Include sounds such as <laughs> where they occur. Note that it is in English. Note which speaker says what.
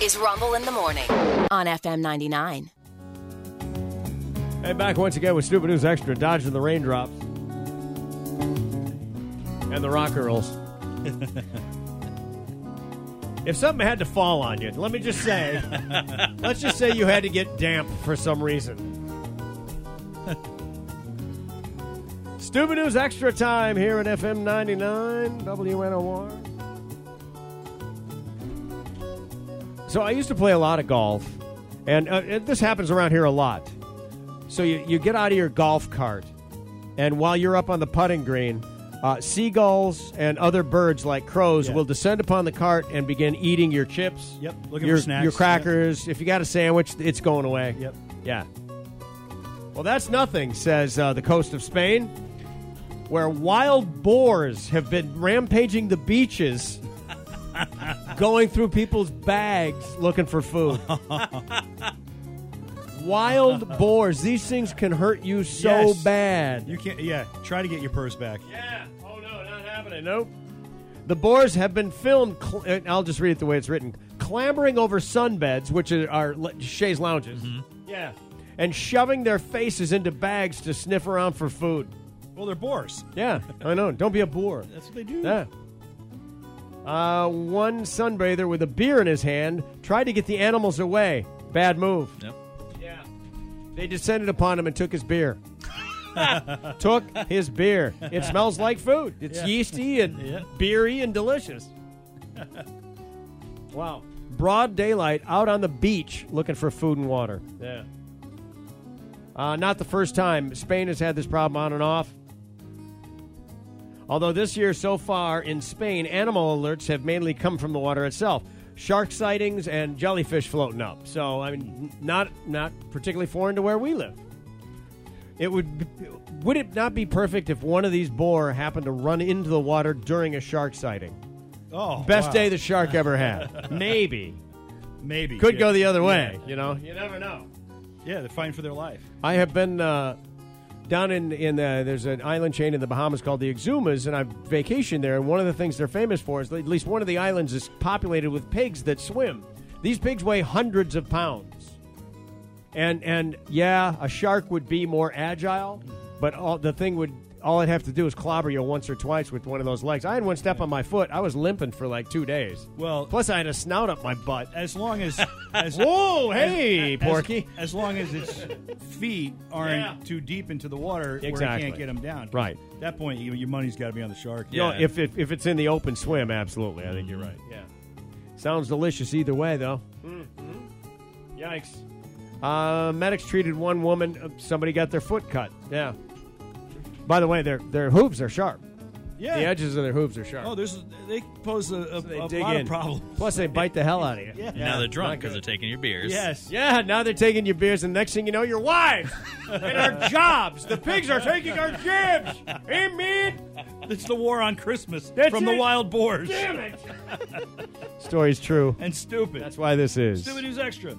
Speaker 1: is Rumble in the Morning on FM 99.
Speaker 2: Hey, back once again with Stupid News Extra, dodging the raindrops and the rock girls. if something had to fall on you, let me just say, let's just say you had to get damp for some reason. Stupid News Extra time here at FM 99 WNOR. So I used to play a lot of golf, and uh, it- this happens around here a lot. So you, you get out of your golf cart, and while you're up on the putting green, uh, seagulls and other birds like crows
Speaker 3: Yeah.
Speaker 2: will descend upon the cart and begin eating your chips.
Speaker 3: Yep, looking for
Speaker 2: your,
Speaker 3: snacks.
Speaker 2: Your crackers. If you got a sandwich, it's going away.
Speaker 3: Yep.
Speaker 2: Yeah. Well, that's nothing, says uh, the coast of Spain, where wild boars have been rampaging the
Speaker 3: <laughs>
Speaker 2: beaches, going through people's bags looking for
Speaker 3: <laughs>
Speaker 2: food. wild boars. These things can hurt you so
Speaker 3: Yes.
Speaker 2: bad.
Speaker 3: You can't. Yeah, try to get your purse back.
Speaker 2: Yeah. Oh no, not happening. Nope. The boars have been filmed. Cl- uh, I'll just read it the way it's written. Clambering over sunbeds, which are, are l- chaise lounges. Yeah. And shoving their faces into bags to sniff around for food.
Speaker 3: Well, they're boars.
Speaker 2: Yeah, I know. Don't be a boar.
Speaker 3: That's what they do.
Speaker 2: Yeah. Uh, one sunbather with a beer in his hand tried to get the animals away. Bad move.
Speaker 4: Yep.
Speaker 2: Yeah. They descended upon him and took his
Speaker 3: <laughs>
Speaker 2: beer. took his beer. It smells like food. It's
Speaker 3: Yeah.
Speaker 2: yeasty and
Speaker 3: Yeah.
Speaker 2: beery and
Speaker 3: <laughs>
Speaker 2: delicious. wow. Broad daylight out on the beach looking for food and water. Yeah. Uh, not the first time. Spain has had this problem on and off. Although this year so far in Spain, animal alerts have mainly come from the water itself. Shark sightings and jellyfish floating up. So, I mean, n- not not particularly foreign to where we live. It would b- would it not be perfect if one of these boar happened to run into the water during a shark sighting?
Speaker 3: Oh,
Speaker 2: Best
Speaker 3: wow.
Speaker 2: day the shark ever
Speaker 3: <laughs>
Speaker 2: had. Maybe.
Speaker 3: Maybe
Speaker 2: Could
Speaker 3: yeah.
Speaker 2: go the other way, you know. You never know.
Speaker 3: Yeah, they're fighting for their life.
Speaker 2: I have been uh, down in in the, there's an island chain in the Bahamas called the Exumas, and I've vacationed there. And one of the things they're famous for is at least one of the islands is populated with pigs that swim. These pigs weigh hundreds of pounds, and and yeah, a shark would be more agile, but all the thing would. All I'd have to do is clobber you once or twice with one of those legs. I had one step on my foot. I was limping for like two days.
Speaker 3: Well-
Speaker 2: plus I had a snout up my butt.
Speaker 3: As long as, as
Speaker 2: Whoa,
Speaker 3: as-
Speaker 2: hey,
Speaker 3: as-
Speaker 2: Porky.
Speaker 3: As, long as its feet aren't
Speaker 2: Yeah.
Speaker 3: too deep into the water, where it
Speaker 2: Exactly.
Speaker 3: can't get them down. 'Cause
Speaker 2: Right.
Speaker 3: At that point, you, your money's got to be on the shark.
Speaker 2: No,
Speaker 4: Yeah.
Speaker 2: if, if if it's in the open swim, absolutely. I think you're right. Yeah. Sounds delicious either way, though. Mm-hmm. Yikes. Uh, medics treated one woman. uh, Somebody got their foot cut. Yeah. By the way, their their hooves are sharp.
Speaker 3: Yeah.
Speaker 2: The edges of their hooves are sharp.
Speaker 3: Oh, there's they pose a, a,
Speaker 2: they
Speaker 3: a
Speaker 2: dig
Speaker 3: lot
Speaker 2: in.
Speaker 3: of problems.
Speaker 2: Plus, they bite the hell out of you.
Speaker 3: Yeah.
Speaker 4: And now they're drunk
Speaker 2: not good.
Speaker 4: because they're taking your beers.
Speaker 3: Yes.
Speaker 2: Yeah, now they're taking your beers, and next thing you know, your wives and <laughs> our jobs. The pigs are taking our jibs. Amen.
Speaker 3: It's the war on Christmas
Speaker 2: That's
Speaker 3: from the
Speaker 2: it.
Speaker 3: wild
Speaker 2: <laughs>
Speaker 3: boars.
Speaker 2: Damn it. Story's true.
Speaker 3: And stupid.
Speaker 2: That's why this is.
Speaker 3: Stupid News Extra.